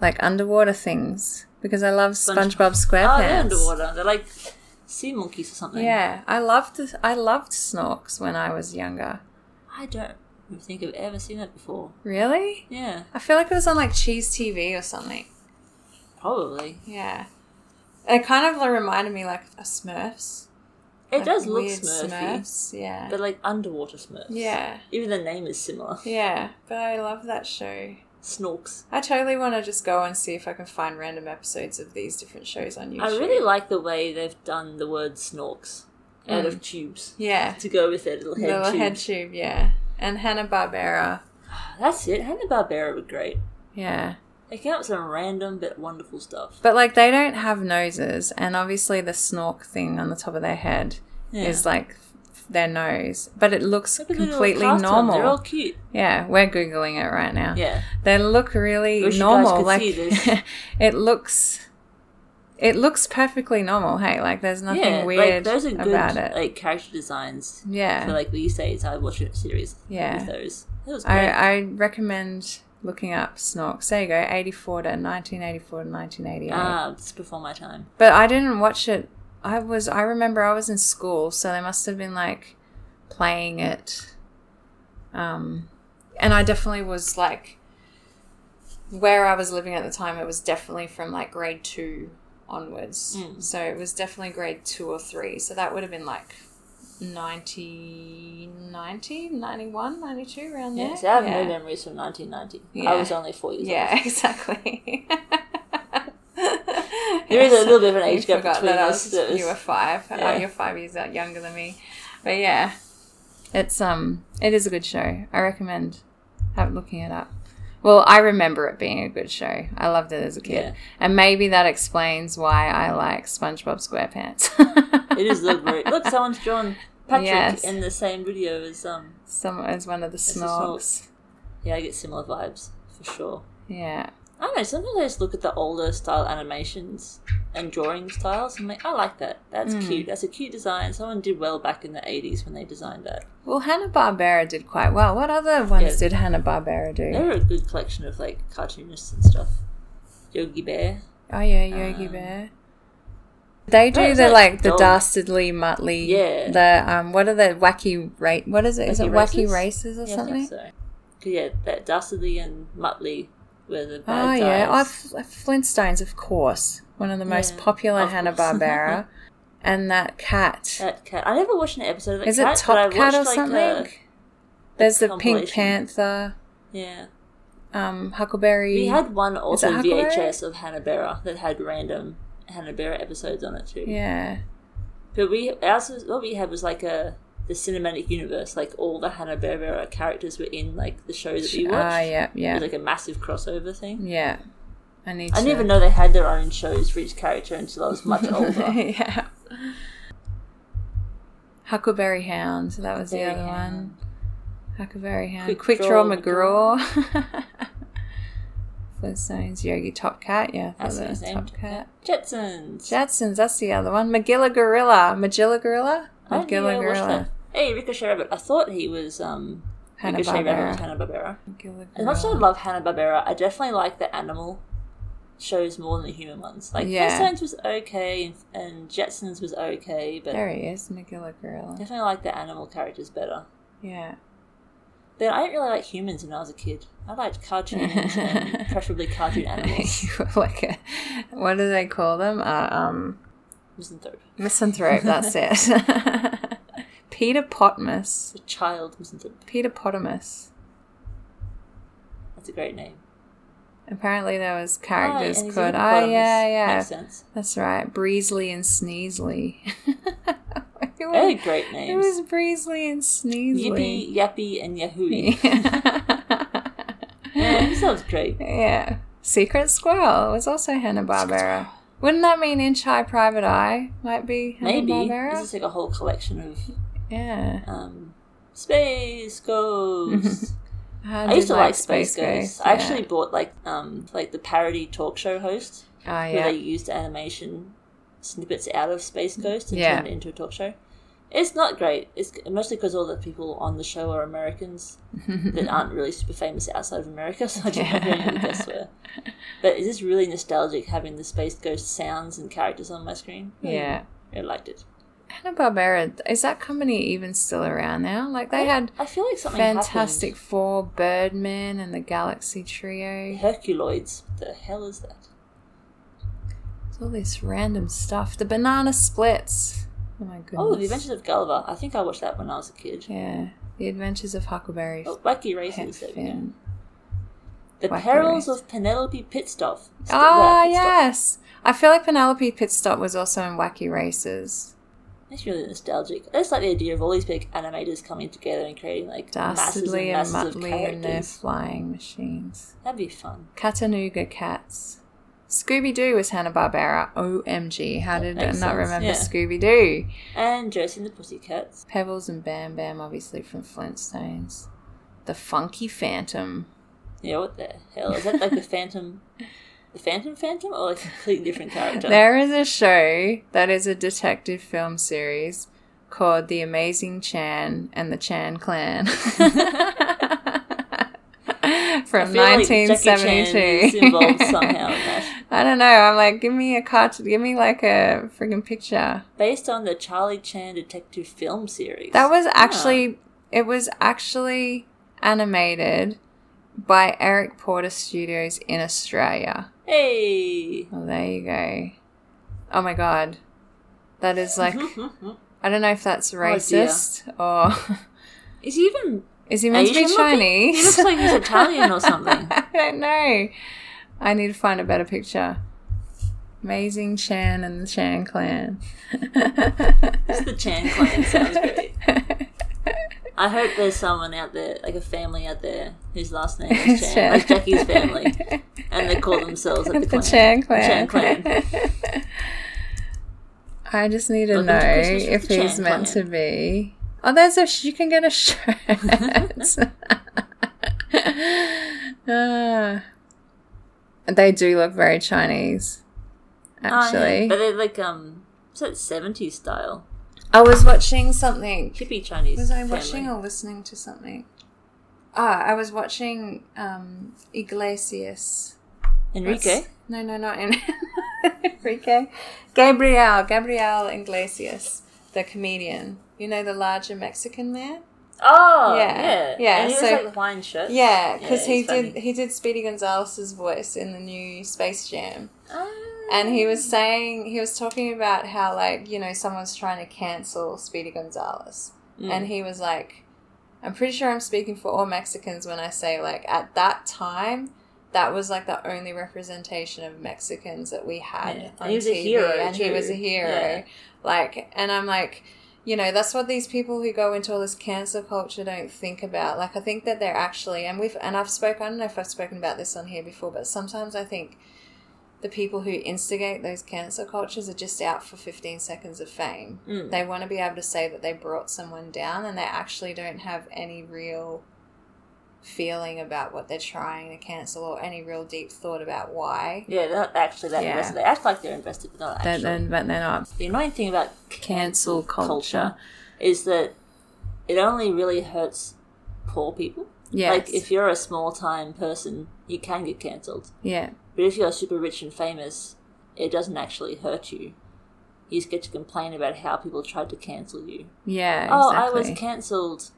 like underwater things because I love
Sponge-
SpongeBob
Oh,
SquarePants.
they're underwater. They're like sea monkeys or something.
Yeah, I loved I loved snorks when I was younger.
I don't think I've ever seen that before.
Really?
Yeah,
I feel like it was on like Cheese TV or something.
probably.
Yeah. It kind of reminded me like of Smurfs.
It
Like,
does look
weird
Smurfy,
Smurfs, yeah.
but like underwater Smurfs.
yeah.
Even the name is similar.
Yeah, but I love that show.
Snorks.
I totally want to just go and see if I can find random episodes of these different shows on YouTube.
I really like the way they've done the word snorks out of tubes
Yeah.
to go with their little head
Mm. Little
tube.
head tube, yeah. And Hanna Barbera.
That's it. Hanna Barbera were great.
Yeah.
They came up with some random but wonderful stuff.
But like they don't have noses and obviously the snork thing on the top of their head
Yeah.
is like their nose. But it looks
Look at the little
completely
cast on,
normal.
They're all cute.
Yeah, we're googling it right now.
Yeah.
They look really
Wish you guys
normal.
could
like
see this.
it looks it looks perfectly normal, hey, like there's nothing
yeah,
weird
like, those are good,
about it.
Like character designs
yeah.
for like we say it's I watch a series.
Yeah.
with those. That was
I,
great.
I recommend looking up Snorks. There you go, 84 to 1984 to 1988.
ah, it's before my time.
But I didn't watch it. I was I remember I was in school, so they must have been like playing it. Um and I definitely was like where I was living at the time, it was definitely from like grade 2 onwards.
Mm.
So it was definitely grade 2 or 3. So that would have been like 90, 90, 91, 92 around
Yeah,
there.
so I have
Yeah.
no memories from 1990.
Yeah.
I was only four years old.
Yeah, exactly.
There is a little bit of an age
You
gap
forgot
between
that I
us.
was-
that was-
You were five.
Yeah.
Oh, you're five years out younger than me. But yeah, it's um, it is a good show. I recommend have looking it up. Well, I remember it being a good show. I loved it as a kid,
Yeah.
and maybe that explains why I like SpongeBob SquarePants.
It is look great. Look, someone's drawn Patrick
Yes.
in the same video as um.
Some as one of the
a snork.
snorks.
Yeah, I get similar vibes for sure.
Yeah,
I don't know. Sometimes I just look at the older style animations and drawing styles. I'm like, I like that.
Hmm.
That's cute. That's a cute design. Someone did well back in the 80s when they designed that.
well, Hanna Barbera did quite well. What other ones
Yeah.
did Hanna Barbera do?
They were a good collection of like cartoonists and stuff. Yogi Bear.
Oh yeah, Yogi
Um,
Bear. They do
is
the
it?
like the
Dog.
dastardly mutley.
Yeah.
The um, what are the wacky rate? What is it? Is
Wacky
it wacky races or
yeah, I
something?
think so. 'Cause, Yeah, that Dastardly and Muttley were the bad
Oh
guys.
yeah, oh, F- Flintstones, of course, one of the most
Yeah,
popular
of course.
Hanna Barbera, and that cat.
That cat. I never watched an episode of that
Is
cat,
it
but I
Top Cat
watched,
or
like,
something?
a-
There's the Pink
compilation.
Panther,
yeah.
um, Huckleberry.
We had one also
Huckleberry?
VHS of Hanna Barbera that had random Hanna Barbera episodes on it too.
yeah,
But we ours was, what we had was like a the cinematic universe, like all the Hanna Barbera characters were in like the show that we watched.
ah, yeah,
It
yeah,
was like a massive crossover thing.
yeah. I need.
I
to...
didn't even know they had their own shows for each character until I was much older.
yeah. Huckleberry Hound. That was the other one. Huckleberry Hound. Quick, Draw, McGraw. Flintstones, Yogi Top Cat. Yeah, I thought
That's
that
what
was
his name.
Top Cat.
Jetsons.
Jetsons. That's the other one. Magilla Gorilla. Magilla Gorilla.
I didn't
Magilla
even watch that.
Gorilla.
Hey, Ricochet Rabbit. I thought he was um,
Hanna
Ricochet Rabbit was
Barbera.
Hanna Barbera.
Magilla
As much as I
Gorilla.
love Hanna Barbera, I definitely like the animal shows more than the human ones. Like
Yeah.
Flintstones was okay and, and Jetsons was okay, but
There he is, Magilla Gorilla.
definitely like the animal characters better.
Yeah.
But I didn't really like humans when I was a kid. I liked cartoons, and preferably cartoon animals.
You were like a, what do they call them? Uh, um,
Misanthrope,
Misanthrope, that's it. Peter Potmus.
a child misanthrope.
Peter Potamus.
That's a great name.
Apparently there was
Hi,
characters
and he's a
called Oh
hippopotamus.
yeah, yeah.
makes sense.
That's right. Breezley and Sneasley. Who
Very
was-
great
who
names.
Oh, was Breezley and Sneasley?
Yippee, Yappy, and Yahooey. Yeah,
Yeah.
that sounds great.
yeah. Secret Squirrel was also Hanna Barbera. Wouldn't that mean Inch High Private Eye might be Hanna
Maybe
Barbera?
this is like a whole collection of
yeah.
um, space ghosts.
I,
I
did
used to like, Space Ghosts. I
yeah.
actually bought like um, like the parody talk show host
Oh
where
yeah.
they used animation snippets out of Space Ghost and
Yeah.
turned it into a talk show. It's not great. It's mostly because all the people on the show are Americans
Oh,
that aren't really super famous outside of America, so I don't know
Yeah.
who the guests were. But it is really nostalgic having the Space Ghost sounds and characters on my screen. Hmm.
Yeah.
I liked it.
Hanna Barbera is that company even still around now? Like they had
I feel like something
Fantastic
happened.
Four, Birdman, and the Galaxy Trio.
Herculoids. The hell is that?
It's all this random stuff. The Banana Splits. Oh my goodness.
Oh, The Adventures of Gulliver. I think I watched that when I was a kid.
Yeah, The Adventures of Huckleberry
Oh, wacky races. There we go.
Finn.
The
Wacky
Perils
Races.
of Penelope Pitstop.
Ah,
Pitstop.
yes. I feel like Penelope Pitstop was also in Wacky Races.
It's really nostalgic. I just like the idea of all these big animators coming together and creating like
Dastardly and
masses and masses
Muttley
of
and their
characters.
flying machines.
That'd be fun.
Catanuga Cats. Scooby Doo was Hanna Barbera. OMG. How did I
makes
not
sense,
remember
yeah.
Scooby Doo?
And Josie and the Pussycats.
Pebbles and Bam Bam, obviously from Flintstones. The Funky Phantom.
Yeah, what the hell is that? Like the Phantom, the Phantom Phantom, or like a completely different character?
There is a show that is a detective film series called The Amazing Chan and the Chan Clan.
I
From
feel like Jackie Chan is
1972.
involved somehow in that.
I don't know. I'm like, give me a cartoon. Give me like a friggin' picture.
based on the Charlie Chan detective film series.
That was actually it was actually animated by Eric Porter Studios in Australia.
hey.
Well, there you go. Oh my god. That is like I don't know if that's
Oh,
racist or
Is he even?
is he meant to
Asian
be
looking?
Chinese?
He looks like he's Italian or something.
I don't know. I need to find a better picture. Amazing Chan and the Chan clan.
It's the Chan clan. Sounds great. I hope there's someone out there, like a family out there, whose last name is Chan,
Chan.
like Jackie's family, and they call themselves like, the,
the
clan.
Chan clan.
Chan clan.
I just need to
Welcome to
know
Christmas with
if
the
he's
Chan
meant
clan.
to be. Oh, there's a. Sh- you can get a shirt. Ah. they do look very Chinese,
Ah, yeah.
actually.
but they're like um, it's like seventies style,
I was watching something.
hippie Chinese.
Was I
family.
watching or listening to something? Ah, I was watching um, Iglesias.
Enrique.
What's- No, no, not En- Enrique. Gabriel. Gabriel Iglesias, the comedian. You know the larger Mexican man?
Oh,
Yeah,
yeah, yeah.
yeah,
And he
so-
was like the Hawaiian shirt.
Yeah, because
Yeah,
he
he's
did
funny.
he did Speedy Gonzalez's voice in the new Space Jam,
Ah.
and he was saying he was talking about how like you know someone's trying to cancel Speedy Gonzalez,
Mm.
and he was like, "I'm pretty sure I'm speaking for all Mexicans when I say like at that time." That was like the only representation of Mexicans that we had
Yeah. And
on
he was a
TV,
hero,
and he
too.
was a hero.
Yeah.
Like, and I'm like, you know, that's what these people who go into all this cancer culture don't think about. Like, I think that they're actually, and we've, and I've spoken, I don't know if I've spoken about this on here before, but sometimes I think the people who instigate those cancer cultures are just out for 15 seconds of fame.
Mm.
They want to be able to say that they brought someone down and they actually don't have any real feeling about what they're trying to cancel or any real deep thought about why.
yeah, they're not actually that
Yeah.
invested. They act like they're invested, but not actually.
but they're not.
The annoying thing about
Cancel
cancel
culture.
culture is that it only really hurts poor people.
Yeah.
Like, if you're a small time person, you can get cancelled.
yeah.
But if you're super rich and famous, it doesn't actually hurt you. You just get to complain about how people tried to cancel you.
Yeah.
Oh, I was cancelled,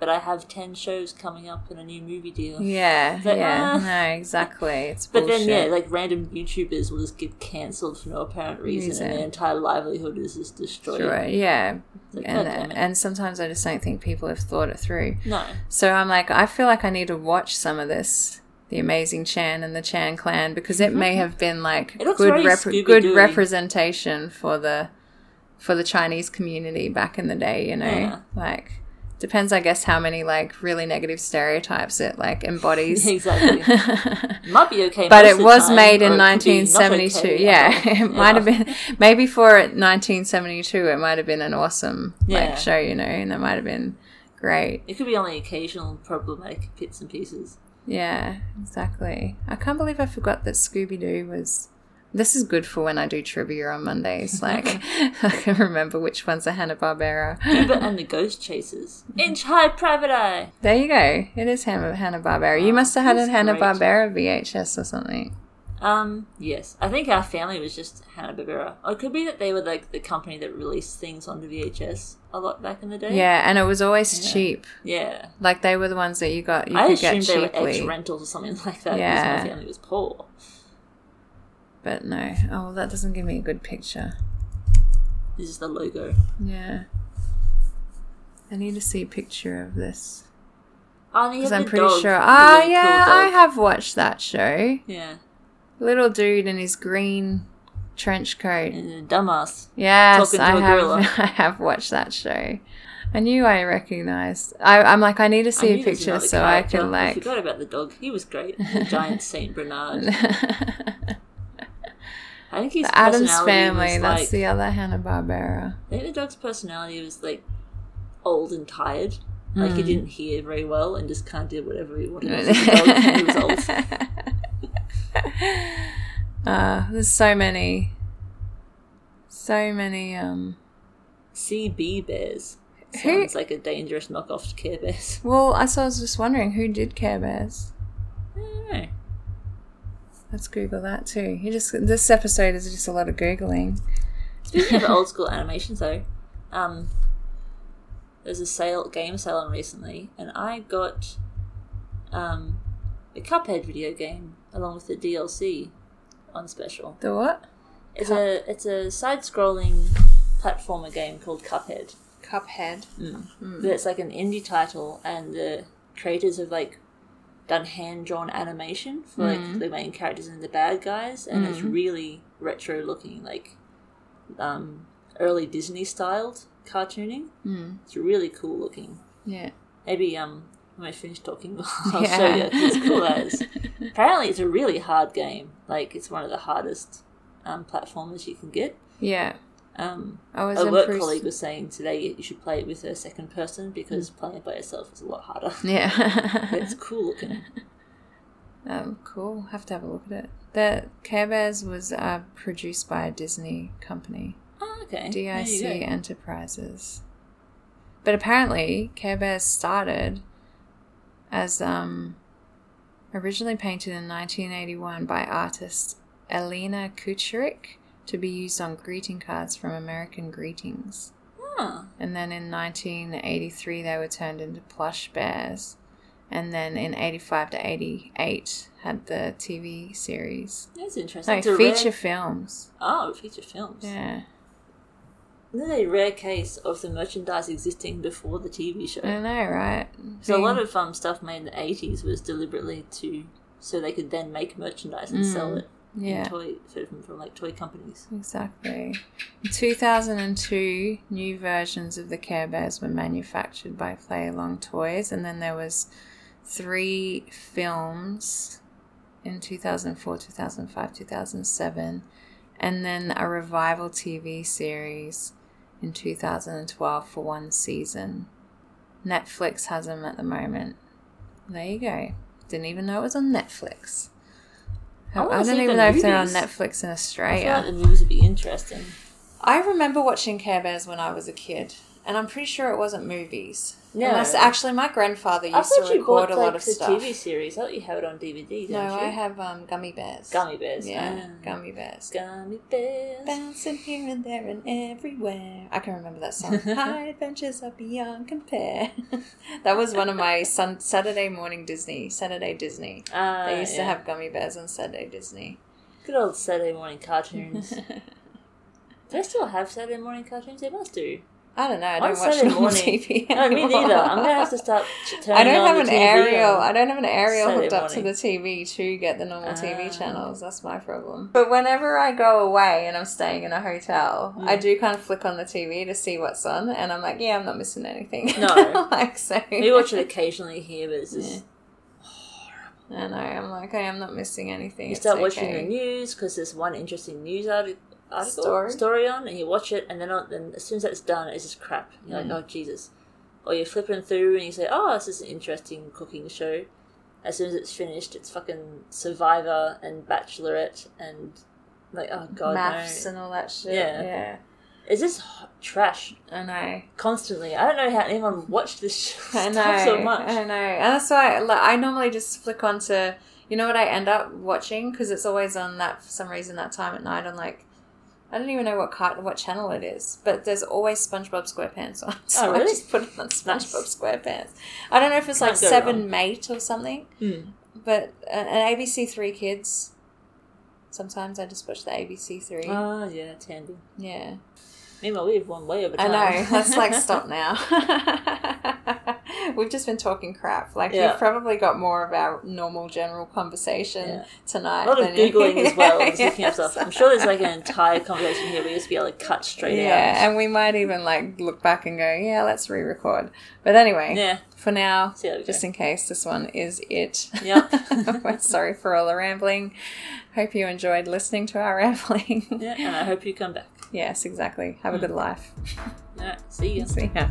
but I have 10 shows coming up and a new movie deal.
Yeah,
But,
yeah,
uh,
no, exactly. It's
But
bullshit.
then, yeah, like random YouTubers will just get cancelled for no apparent reason,
Reason.
and their entire livelihood is just destroyed.
Sure, yeah,
Like,
and
God damn it.
and sometimes I just don't think people have thought it through.
No.
So I'm like, I feel like I need to watch some of this, The Amazing Chan and the Chan Clan, because it may have been like
Mm-hmm. It looks
good
very
rep-
Scooby-Doo-y.
good representation for the for the Chinese community back in the day. You know,
Yeah.
like depends, I guess, how many like really negative stereotypes it like embodies.
exactly. Might be okay, most
but it
of the
was
time,
made in
or it could be not
1972
okay
yeah
at all.
it might have been maybe for 1972 it might have been an awesome
Yeah.
like show you know and it might have been great
It could be only occasional problematic bits and pieces.
yeah exactly i can't believe i forgot that scooby-doo was this is good for when i do trivia on mondays like i can remember which ones are hanna-barbera
Uber and the Ghost Chasers. Inch High Private Eye.
there you go it is Hanna- hanna-barbera you
Oh,
must have had a
that's great.
hanna-barbera vhs or something
Um, yes. I think our family was just Hanna-Barbera. Or it could be that they were like the company that released things onto VHS a lot back in the day.
yeah and it was always
Yeah.
cheap
Yeah.
like they were the ones that you got you
I
could get
assumed they
cheaply
were ex rentals or something like that
Yeah.
because my family was poor.
But no. Oh, well, that doesn't give me a good picture.
This is the logo.
Yeah. I need to see a picture of this.
Oh, and he
Because
had
I'm
the
pretty
dog,
sure.
the
Ah,
really cool
yeah, I
dog.
have watched that show.
Yeah.
Little dude in his green trench coat.
And a dumbass.
Yes,
Talking to
I
a
have.
gorilla.
I have watched that show. I knew I recognized. I, I'm like, I need to see
I
a
knew there was
picture
another
so I
character.
can
I
like.
forgot about the dog. He was great. The giant Saint Bernard. I think his
the Adams
personality
family.
was
That's
like.
the other Hanna Barbera.
I think the dog's personality was like old and tired. Like he didn't hear very well and just kind of did whatever he wanted. He was a dog and he was old.
Uh, there's so many, so many. Um,
CB bears
Who-
sounds like a dangerous knockoff to Care Bears.
well, I, so I was just wondering who did Care Bears.
I don't know.
Let's Google that too. You just this episode is just a lot of googling.
Speaking of old school animations, though, um, there's a sale game sale on recently, and I got um, the Cuphead video game along with the DLC on special.
The what?
It's a it's a side scrolling platformer game called Cuphead.
Cuphead. Mm-hmm.
But it's like an indie title, and the creators have like done hand drawn animation for
Mm.
like the main characters and the bad guys, and it's really retro looking, like um, early Disney styled cartooning.
Mm.
It's really cool looking.
Yeah.
Maybe um, when I finish talking, I'll
Yeah.
show you. It's cool as. Apparently, it's a really hard game. Like it's one of the hardest um, platformers you can get.
Yeah.
Um,
I was
a work
impressed.
colleague was saying today you should play it with a second person because
Hmm.
playing it by yourself is a lot harder.
Yeah.
it's cool looking.
Um, cool. Have to have a look at it. The Care Bears was uh, produced by a Disney company,
Oh, okay. There
DIC
you go.
Enterprises. But apparently, Care Bears started as um, originally painted in 1981 by artist Alina Kucherik to be used on greeting cards from American Greetings.
Huh.
And then in 1983, they were turned into plush bears. And then in 85 to 88, had the TV series.
That's interesting.
No,
It's a
feature
Rare...
films.
Oh, feature films.
Yeah.
This is a rare case of the merchandise existing before the TV show.
I know, right?
So a lot of um, stuff made in the 80s was deliberately to so they could then make merchandise and sell
Mm.
it in
Yeah,
toy from, from like toy companies.
exactly. In 2002, new versions of the Care Bears were manufactured by Play Along Toys, and then there was three films in 2004, 2005, 2007, and then a revival TV series in 2012 for one season. Netflix has them at the moment. There you go. Didn't even know it was on Netflix.
I
I,
wanna
don't
see
even
the
know if they're on
movies.
Netflix in
I
Australia.
thought the movies would be interesting.
I remember watching Care Bears when I was a kid, and I'm pretty sure it wasn't movies.
No.
Unless, actually, my grandfather
I
used
thought
to
you bought like
record a lot of
the
stuff.
TV series. I thought you had it on DVD. Didn't
no,
you?
I have um, gummy bears.
gummy bears.
Yeah,
Ah.
gummy bears.
Gummy bears.
Bouncing here and there and everywhere. I can remember that song. High adventures are beyond compare. that was one of my sun- Saturday morning Disney, Saturday Disney.
Ah,
They used to
yeah.
have gummy bears on Saturday Disney.
good old Saturday morning cartoons. do they still have Saturday morning cartoons? They must do.
I don't know. I
On
don't watch
Saturday
them on
morning.
TV.
No, me
anymore.
neither. I'm gonna have to start. ch- Turning
I don't
on
have
the
an
TV
aerial.
on-
I don't have an aerial
Saturday
hooked up to the
morning.
TV to get the normal
Ah.
TV channels. That's my problem. But whenever I go away and I'm staying in a hotel, I do kind of flick on the TV to see what's on, and I'm like, yeah, I'm not missing anything.
No.
like so.
We watch it occasionally here, but it's just
Yeah. I know. I'm like, I am not missing anything.
you
It's
start watching
okay.
the news because there's one interesting news arti- article
Story.
on, and you watch it, and then on, then as soon as that's done, it's just crap. You're
Mm.
like, oh Jesus! Or you're flipping through and you say, oh, this is an interesting cooking show. As soon as it's finished, it's fucking Survivor and Bachelorette and like, oh god,
maths
no.
and all that shit.
Yeah.
yeah.
Is this h- trash
I know.
constantly? I don't know how anyone watched this sh- stuff
I know.
so much.
I know. And that's why like, I normally just flick on to, you know what I end up watching? Because it's always on that, for some reason, that time at night on like, I don't even know what cart, what channel it is, but there's always SpongeBob SquarePants on. So I
Oh, really?
just put it on SpongeBob SquarePants. I don't know if it's like
Can't go
Seven
wrong.
Mate or something,
Mm.
but uh, an ABC Three Kids. Sometimes I just watch the ABC Three.
Oh yeah, it's handy.
yeah.
Meanwhile, we've won way over
I
time.
know. Let's like stop now. We've just been talking crap. Like
Yeah.
you've probably got more of our normal general conversation
Yeah.
tonight.
A lot of
than you-
googling as well, and
Yeah,
looking up stuff. I'm sure there's like an entire conversation here we just be able to cut straight
Yeah, and we might even like look back and go, yeah, let's re-record. But anyway,
out. Yeah,
for now,
see how we go.
just in case, this one is it.
Yep.
We're sorry for all the rambling. Hope you enjoyed listening to our rambling.
yeah, and I hope you come back. Mm.
Yes, exactly. Have a good life.
All right, see you.
See ya.